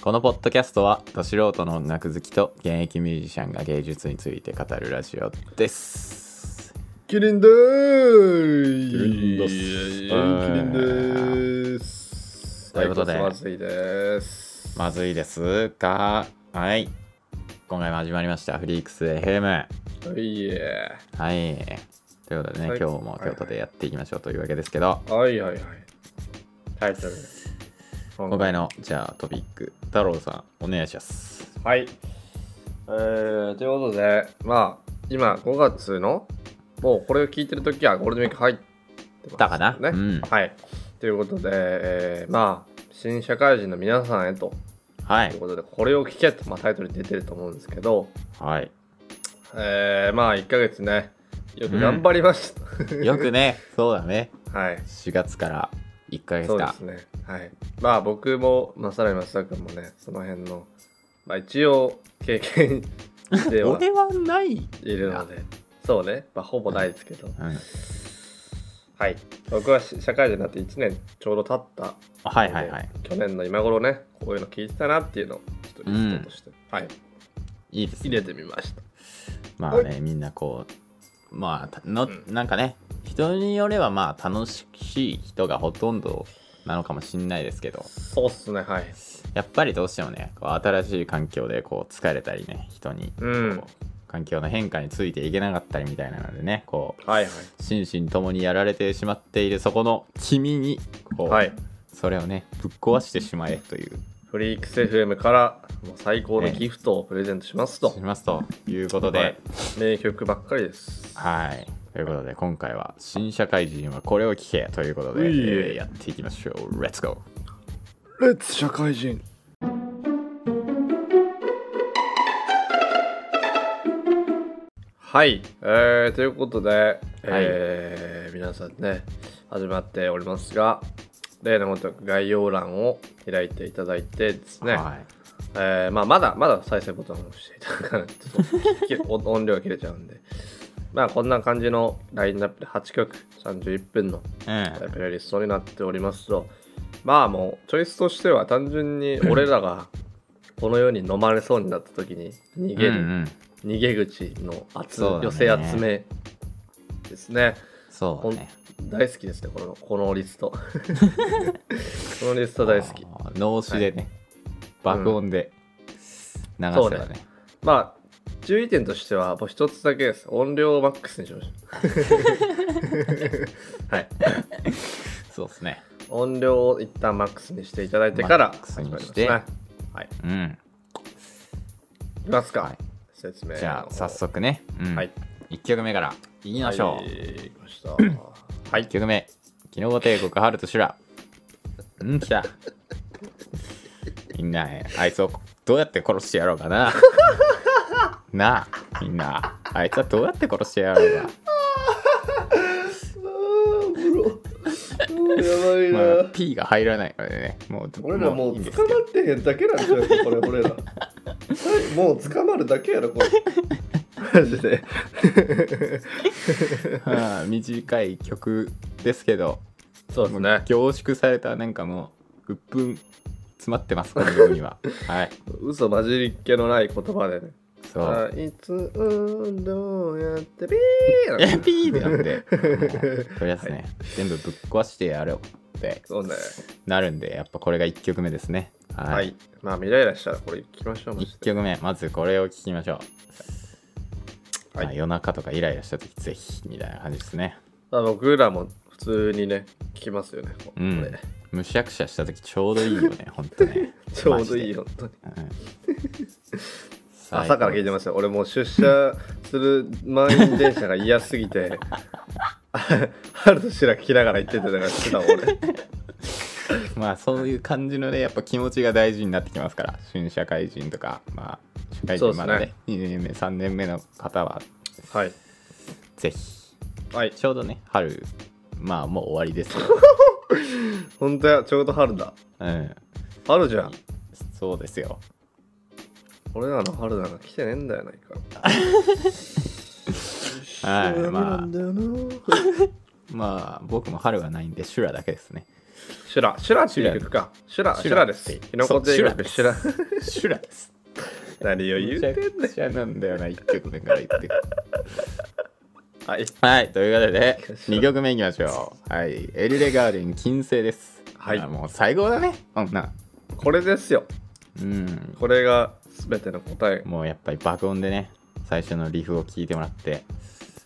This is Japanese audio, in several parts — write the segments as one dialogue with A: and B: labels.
A: このポッドキャストは、ど素人の音楽好きと現役ミュージシャンが芸術について語るラジオです。
B: キリンでーす
A: キリンです
B: イエイイエイキリンでーす
A: ということで
B: はいまずいです。
A: まずいですが、はい。今回も始まりました、フリークス FM。
B: はいえ
A: はい。ということでね、
B: はい
A: 今日も京都でやっていきましょうというわけですけど、
B: はいはいはい。タイトル。
A: 今回の、じゃあトピック、太郎さん、お願いします。
B: はい。えー、ということで、まあ、今5月の、もうこれを聞いてるときはゴールデンウィーク入ってます
A: だかな、
B: ね。
A: うん。
B: はい。ということで、えー、まあ、新社会人の皆さんへと、
A: は
B: という
A: い。
B: ことで、これを聞けと、まあ、タイトルに出てると思うんですけど、
A: はい。
B: えー、まあ1ヶ月ね、よく頑張りました。
A: よくね、そうだね。
B: はい。
A: 4月から1ヶ月
B: そうで
A: か
B: す。ね。はい。まあ僕も、まあさらに松田君もね、その辺の、まあ一応経験 では
A: 俺はない。
B: いるので、そうね、まあほぼないですけど、
A: うん。
B: はい。僕はし社会人になって1年ちょうど経った、
A: はいはいはい。
B: 去年の今頃ね、こういうの聞いてたなっていうのを、ちょっとリストとして、はい、
A: いいですね
B: 入れてみました。
A: まあね、みんなこう、まあ、たの
B: うん
A: なんかね、人によればまあ楽しい人がほとんどなのかもしんないですけど、
B: そうっすね、はい。
A: やっぱりどうしてもね、こう新しい環境でこう疲れたりね、人に、
B: うん
A: こう環境の変化についていけなかったりみたいなのでね、こう、
B: はいはい。
A: 心身ともにやられてしまっているそこの君に、こう、
B: はい。
A: それをね、ぶっ壊してしまえという、
B: フリークス FM からもう最高のギフトをプレゼントしますと。
A: しますということで、
B: はい名曲ばっかりです。
A: はい。ということで、今回は新社会人はこれを聞けということで、え
B: うい
A: ーやっていきましょう。Let's go!
B: レッツ社会人。はい、えー、ということで、えー皆さんね、始まっておりますが、例のごとく概要欄を開いていただいてですね、
A: はい。
B: えーまあ、まだまだ再生ボタンを押していただかないとちょっと音音量が切れちゃうんで、 まあ、こんな感じのラインナップで8曲31分
A: う
B: の
A: ん。
B: プレイリストになっておりますとまあもうチョイスとしては単純に俺らが この世に飲まれそうになった時に逃げる、
A: うんうん
B: 逃げ口の集
A: そうだね
B: 寄せ集めですね
A: そうだね。
B: 大好きですねこのこのリスト このリスト大好
A: あ
B: き
A: ー。脳死でね、
B: はい
A: 爆音で流せ
B: そう
A: ば
B: ね
A: ね。
B: まあ注意点としてはもう一つだけです音量をマックスにしましょうはい
A: そうですね。
B: 音量を一旦マックスにしていただいてから
A: マックス
B: 始
A: に
B: まりま
A: し
B: す
A: て
B: ねはい
A: うん。
B: いきますか、
A: はい
B: 説明を
A: じゃあ、早速ね。うん。
B: はい
A: 1曲目からいきましょ
B: は
A: う。
B: い行きました
A: は1曲目。キノコ帝国、ハルト・シュラ。うん、来た。みんな、あいつをどうやって殺してやろうか な。なあ、みんな、あいつはどうやって殺してやろうか。
B: やば
A: ま
B: い
A: あ、
B: な
A: P が入らないのでね。もう、
B: 俺らも
A: いういん
B: 捕
A: ですけど
B: まってへんだけなんちゃうかこれ 俺らもう捕まるだけやろこれマジで
A: はあ短い曲ですけど、
B: そうですね
A: 凝縮された、なんかもう、うっぷん詰まってます、このようには。はい。
B: 嘘混じりっ気のない言葉でね
A: そう。
B: いつどうやってピー
A: え、P なんで、 もうとりあえずね、全部ぶっ壊してやろうって。
B: そうね
A: なるんでやっぱこれが1曲目ですねはい、
B: はいまあ未来らしたらこれ行きましょうマジ
A: 1
B: で
A: 曲目まずこれを聞きましょう、
B: はい
A: まあ夜中とかイライラした時ぜひみたいな感じですね
B: まあ僕らも普通にね聞きますよねこ
A: うん
B: これ
A: むしゃくしゃした時ちょうどいいよ ねほんとね
B: ちょうどいい本当に
A: うん
B: 朝から聞いてますよ。俺もう出社する満員電車が嫌すぎて、 ハルトシラ聞きながら行ってたからしてたもん俺。
A: まあそういう感じのねやっぱ気持ちが大事になってきますから新社会人とかまあ社会
B: そう
A: 人
B: です
A: ま
B: ね
A: だね2年目3年目の方は
B: はい。
A: ぜひ
B: はい。
A: ちょうどね春まあもう終わりです よ、
B: 本当や、ちょうど春だ。
A: うん、
B: 春じゃん。
A: そうですよ
B: 俺らの春なんか来てねえんだよないか。
A: はいまあ
B: だよな。
A: まあ僕も春はないんで修羅だけですね
B: シュラ、シュラっていう曲か。シュラ、シュラです。キノコ帝国、シュラ。
A: シュラです。
B: 何を言うて
A: め
B: んねん
A: ちゃくちゃなんだよな、1曲目から言って。
B: はい。
A: はい、ということで、2曲目いきましょう。はい、エルレガーデン金星です。
B: はい
A: あもう最高だね、こんな。
B: これですよ。
A: うん。
B: これが全ての答え。
A: もうやっぱり爆音でね、最初のリフを聞いてもらって、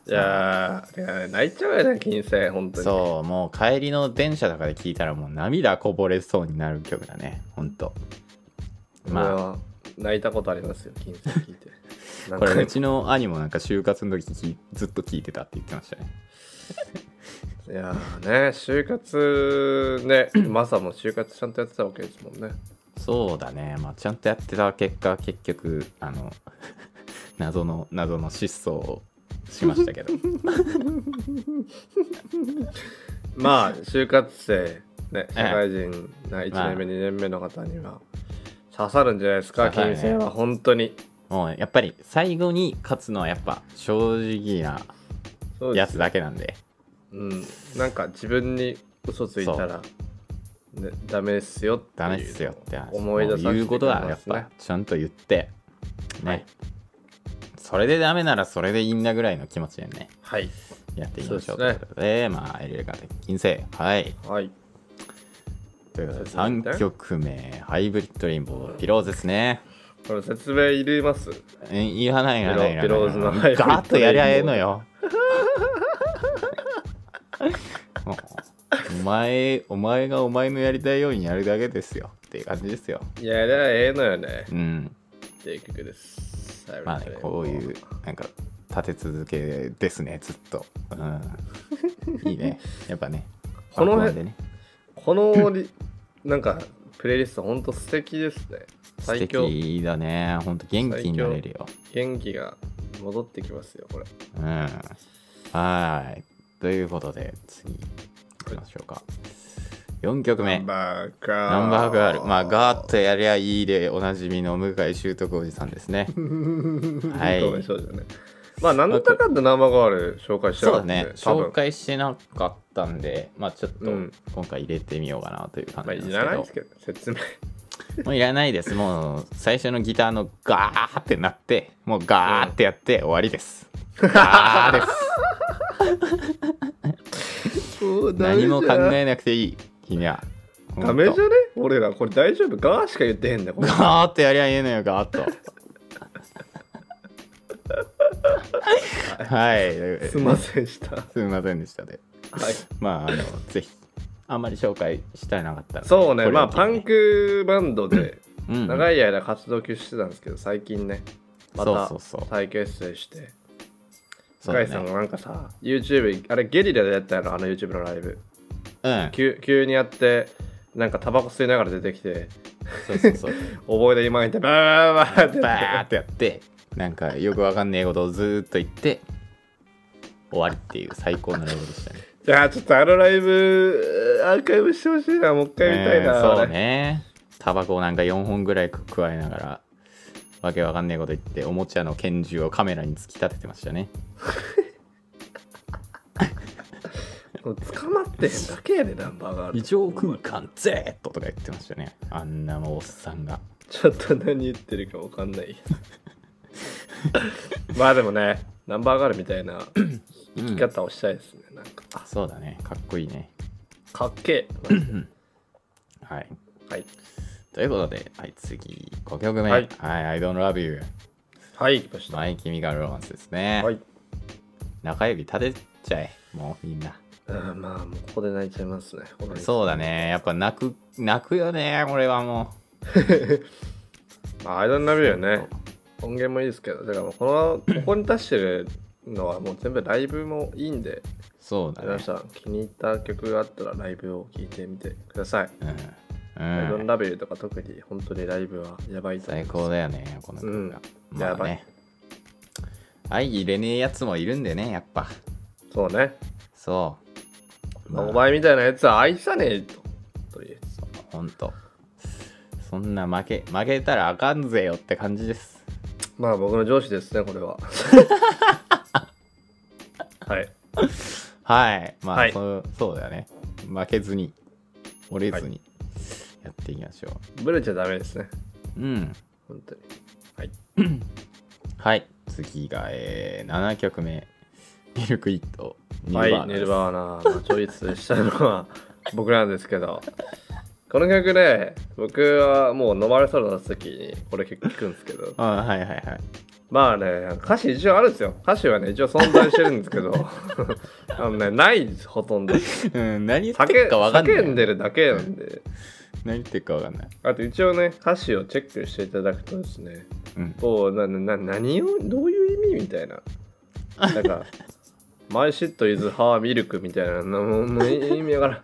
B: いやー、いやー泣いちゃうよね、金星、本当に。
A: そう、もう帰りの電車とかで聞いたらもう涙こぼれそうになる曲だね、ほんと。まあ
B: 俺は泣いたことありますよ、金星聞いて。
A: これ
B: 何回
A: う
B: も
A: ちの兄もなんか就活の時きずっと聞いてたって言ってましたね。
B: いやーね、就活ね、 マサも就活ちゃんとやってたわけですもんね。
A: そうだね、まあ、ちゃんとやってた結果結局あの 謎の謎の失踪をしましたけ ど
B: まあ、就活生、ね、社
A: ええ
B: 会人な1
A: まあ
B: 年目、2年目の方には刺さるんじゃないですか、
A: 刺さる
B: 金
A: ね
B: 星は本当に。
A: もうやっぱり最後に勝つのはやっぱ正直な
B: そうで
A: や
B: す。
A: つだけなんで
B: うん。なんか自分に嘘ついたら、ね、ダメっすよっていう
A: ダメっすよって話
B: 思い出させ
A: もう
B: て
A: 言うことはやっ
B: くれま
A: ぱちゃんと言ってね、それでダメならすねそれでいいんだぐらいの気持ちでね
B: すね。
A: やっていきましょう
B: そうで
A: という
B: すね
A: ことでまあエリレカ的金星はい
B: はい。はい。
A: ということで3曲目ハイブリッドレインボーピローズですね
B: これ説明いります
A: え言わない言わない
B: ピロ
A: 言わない
B: ピローズの
A: ガーッとやりゃええのよもうお前お前がお前のやりたいようにやるだけですよっていう感じですよ
B: いや、いやええのよね。
A: うん
B: っていう曲です。
A: まあねこういうなんか立て続けですねずっとうんいいねやっぱね
B: この
A: 爆音でね
B: このリ、なんか、プレイリスト、ほんと素敵ですね。
A: 素
B: 最強。
A: 敵だねほんと元気になれるよ
B: 元気が戻ってきますよ、これ。
A: うんはーいということで次行きましょうか4曲目
B: バーガ
A: ナンバーガール。まあ、ガーッとやりゃいいで、おなじみの向井修徳おじさんです ね。
B: ー
A: はい
B: そうだね。まあ、なんだかんだナンバーガール紹介して
A: そう
B: なか
A: だ
B: った
A: ね。
B: 多分
A: 紹介してなかったんで、まあ、ちょっと
B: うん
A: 今回入れてみようかなという感
B: まあ、
A: じなん
B: い
A: ですけ
B: ら
A: ど。
B: ないですけど、説明。
A: もういらないです。もう、最初のギターのガーってなって、もうガーってやって終わりです。 ガーです。何も考えなくていい。君は。
B: ダメじゃ
A: ほんと
B: ね俺ら、これ大丈夫ガーしか言ってへん だよ、これ。
A: ガーってやりゃいいのよ、ガーっと。 はい。ということです
B: いませんでした。は
A: すみませんでしたで、
B: い。
A: まああのぜひあんまり紹介したいなかったら
B: そうね、
A: これ
B: まあ
A: を機
B: パ
A: に
B: ン
A: ね
B: クバンドで
A: うん
B: 長い間活動休止してたんですけど、最近ね、また
A: そうそうそう
B: 再結成して、
A: そう
B: 深
A: だ
B: 井
A: ね
B: さんがなんかさ、YouTube、あれゲリラでやったやろ、あの YouTube のライブ。
A: うん
B: 急急にやって、なんかタバコ吸いながら出てきて、
A: そうそうそう
B: 覚えで今言って、バーバーバーって
A: バーってやってなんかよくわかんねえことをずーっと言って終わりっていう最高のライブでしたね
B: じゃあちょっとあのライブ、アーカイブしてほしいな、もう一回見たいな。
A: えーそ
B: あ
A: う
B: れ
A: ねタバコをなんか4本ぐらい加えながらわけわかんねえこと言っておもちゃの拳銃をカメラに突き立ててましたね
B: もう捕まってへんだけやで、ナンバーガール。
A: 異常空間 Z とか言ってましたねあんなもうおっさんが
B: ちょっと何言ってるかわかん ないけどまあでもね、ナンバーガールみたいな生
A: うん
B: き方をしたいですね。なんか、あ
A: そうだねかっこいいね
B: かっけえ。
A: はい
B: はい。
A: ということで、はい、次、5曲目。
B: は
A: はいい、I don't love you.
B: はい、来ました。
A: マイキミガルロマンスですね。
B: はい。
A: 中指立てちゃえ、もうみんな。
B: うんまあ、もうここで泣いちゃいますね。この
A: そうだね、やっぱ泣く、泣くよね、これはも
B: まあ、アイドルナビよ
A: う。
B: ね。音源もいいですけど、だからもうこの、ここに出してるのはもう全部ライブもいいんで、
A: そうだ
B: 皆
A: ね。
B: さん気に入った曲があったらライブを聴いてみてください。
A: う
B: アイドル
A: ん。うん、
B: ナビとか特に本当にライブはやばいと思
A: 最
B: います
A: 高だよね、この曲が。
B: うん
A: まあね。愛入れねえやつもいるんでね、やっぱ。
B: そうね。
A: そう。
B: まあお
A: まあ
B: 前みたいなやつは愛さねえと。とりあえず
A: そうほんと。そんな負け、負けたらあかんぜよって感じです。
B: まあ僕の上司ですね、これは。はい。
A: はい。まあ、
B: はい
A: そうそうだよね。負けずに折れずにやっていきましょう、
B: ブレちゃダメですね。
A: うん
B: 本当に。
A: はい次が、えー、7曲目ミルクイット
B: はい、ネルバーナ、まあ、チョイスしたのは 僕なんですけど、この曲ね、僕はもう飲まれそうになった時にこれ結構聞くんですけど、
A: あはいはいはい
B: まあね、歌詞一応あるんですよ。歌詞はね、一応存在してるんですけど、あのね、ないです、ほとんど。
A: うん何言って
B: 叫
A: るかわかんない
B: 叫んでるだけなんで、
A: 何言ってるかわかんない
B: あと一応ね、歌詞をチェックしていただくとですね、
A: うん
B: こうなな何をどういう意味みたいなな んか「マイシットイズハーミルク」みたいなのもうもう意味わ か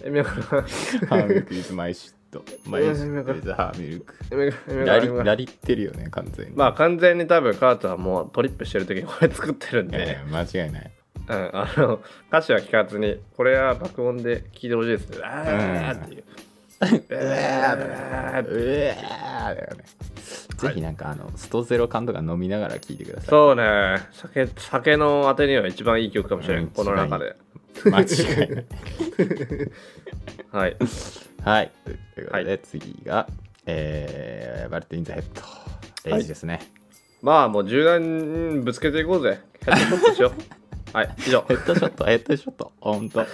B: らん意味わから
A: ハ
B: ん
A: ーミルクイズマイシットマイシットイズハーミルク
B: 意味わからん意味
A: ラ
B: わからん
A: リ
B: 意味わから
A: ラ
B: ん
A: リってるよね完全に
B: まあ完全に多分カートはもうトリップしてる時にこれ作ってるん
A: いやい
B: で、
A: や間違いない
B: うん、あの歌詞は聞かずにこれは爆音で聞いてほしいですねあーっていう、うわーって
A: うえーだよねぜひなんかあのストゼロ缶とか飲みながら聞いてくださ
B: そうね酒酒のあてには一番いい曲かもしれない、
A: うん
B: この中で
A: い間違いない
B: はい
A: はい。ということで、
B: は
A: 次が、えー、バルティン・ザ・ヘッド。レイジですね。
B: まあもう柔軟にぶつけていこうぜ。ヘッドショットしよ う。はい、以上。
A: ヘッドショッ ト、ヘッドショット。ほんと。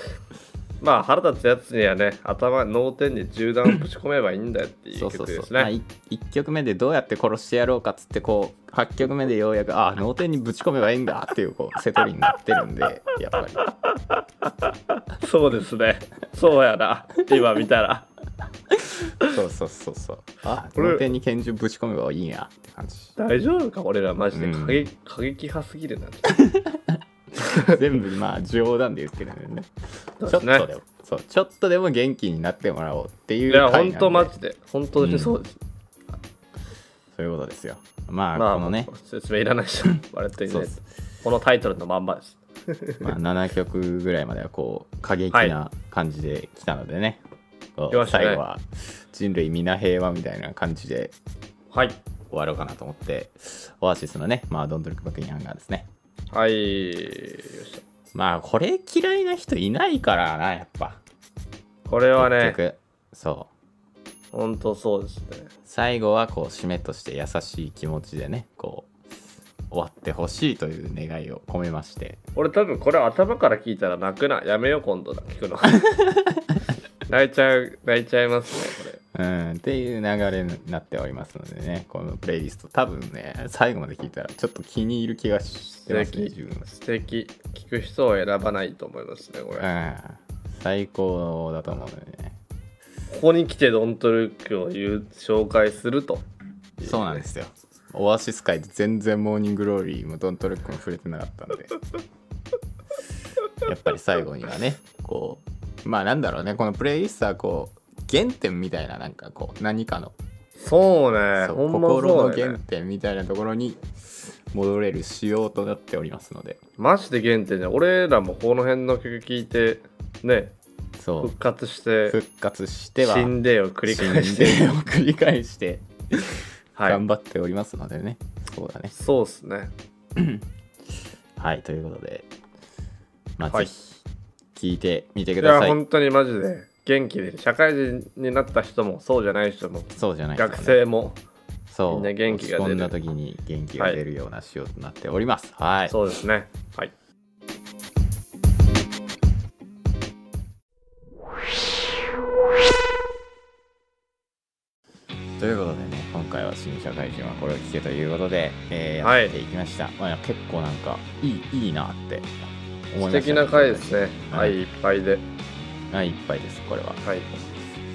B: まあ腹立つやつにはね、頭、脳天に銃弾をぶち込めばいいんだよっていう
A: そう
B: 曲
A: そう
B: で
A: そう。
B: す
A: まあ、
B: ね。
A: 1曲目でどうやって殺してやろうかっつって、こう、8曲目でようやく、ああ、脳天にぶち込めばいいんだっていう、こう、セトリになってるんで、やっぱり。
B: そうですね。そうやな。今見たら。
A: そうそうそうそう。あ
B: これ
A: 脳天に拳銃ぶち込めばいいやって感じ。
B: 大丈夫か俺らマジで
A: うん
B: 過激,、過激派すぎるな。
A: 全部、まあ、冗談で言ってるんだよね。ちょっ
B: そ
A: と
B: うですね
A: でも、そう、ちょっとでも元気になってもらおうってい
B: いうや、
A: 回な
B: ほ
A: ん
B: ん
A: で。
B: とマジで。本当にそうです。
A: そういうことですよ。まあ、
B: まあ、
A: このね
B: も、う説明いらないし、バレてい
A: そう
B: ね
A: そう。
B: このタイトルのまんまです。
A: まあ、7曲ぐらいまではこう過激な感じで来たのでね、こう
B: 来ましたね
A: 最後は人類皆平和みたいな感じで
B: はい。
A: 終わろうかなと思ってオアシスのね「まあ、ドントルックバックインハンガー」ですね
B: はい。よっし
A: まあこれ嫌いな人いないからなやっぱ
B: ゃこれはね
A: 結、局そう
B: ほんとそうですね。
A: 最後はこう締めとして優しい気持ちでねこう終わってほしいという願いを込めまして
B: 俺多分これ頭から聞いたら泣くなやめよう今度だ聞くの 泣いちゃう泣いちゃいますね
A: う
B: こ
A: んっていう流れになっておりますのでね、このプレイリスト、多分ね、最後まで聞いたらちょっと気に入る気がして
B: れ
A: ま
B: 素
A: すね、
B: 敵
A: 自分は。
B: 素敵聞く人を選ばないと思いますねこれ、
A: うん、最高だと思うのでね。
B: ここに来てドントルックを言う紹介すると
A: そうなんですよ。オアシス界で全然モーニングローリーもドントルックも触れてなかったんで。 やっぱり最後にはね、こう、まあなんだろうね、このプレイリストはこう、原点みたいな、なんかこう、何かの
B: そうね
A: そう
B: ほんま
A: 心
B: そう
A: の
B: だよ
A: 原
B: ね
A: 点みたいなところに戻れる仕様となっておりますので。
B: マジで原点ね俺らもこの辺の曲聞いてね
A: そう
B: 復活して
A: 復活しては
B: 死んでを繰り返して
A: 死んでを 繰り返して
B: はい
A: 頑張っておりますのでね、そうだね
B: そうっすね
A: はいということでまあ
B: はい
A: ぜひ聞いてみてく
B: い
A: だ
B: や
A: さい
B: 本当にマジで元気で社会人になった人もそうじゃない人も
A: そうじゃないですか
B: 学
A: ね
B: 生も
A: そう
B: みんな元気が
A: 落ち込
B: 出る
A: んだ時に元気が出るような仕様となっておりますはい
B: そうですね。はい。
A: ということでね今回は新社会人はこれを聞けということで、えー
B: はい
A: やっていきました、まあ、結構なんかいいいいなって思いましたね
B: 素敵な回ですね。
A: うん
B: はい、いっぱいで。
A: はいいっぱいですこれは
B: はい。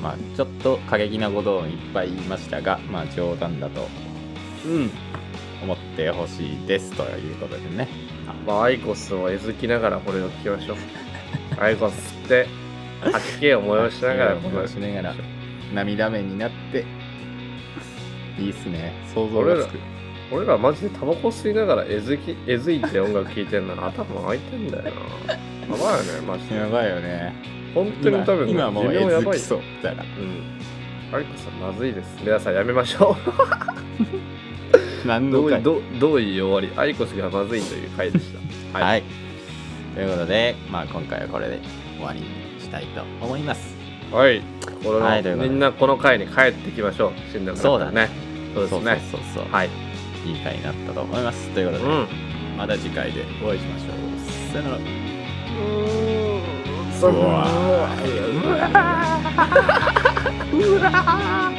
A: まあ、ちょっと過激なことをいっぱい言いましたが、まあ、冗談だと
B: うん。
A: 思ってほしいですということでね。
B: まあ、アイコスをえずきながらこれを聞きま しょう。アイコスって、はっきり思いをしながらこれを
A: 思いをしながら涙目になって、いいっすね。想像
B: 俺
A: が
B: ら
A: つく。
B: 俺らマジでタバコ吸いながらえずき、えずいて音楽聴いてんなら頭開いてんだよな。やばいよね、マジで
A: や。ばいよね。
B: 本当に
A: 今
B: 多分ね、
A: 今も
B: 寿
A: う
B: 命や
A: えず
B: ばい
A: き。そうみたいな。
B: うん。アイコスはまずいです。皆さんやめましょう。
A: 何
B: ど
A: 度
B: う
A: か
B: いどうどういう終わりアイコスがまずいという回でした。
A: はい、ということで、まあ、今回はこれで終わりにしたいと思います。
B: はいこれも
A: はいということで
B: みんなこの回に帰ってきましょう死んだ
A: そうだね
B: そうですね
A: そうそうそう
B: はい、
A: いい回になったと思いますという
B: う
A: ことで、
B: ん
A: また次回でお会いしましょうさよなら
B: そう
A: わ
B: うわ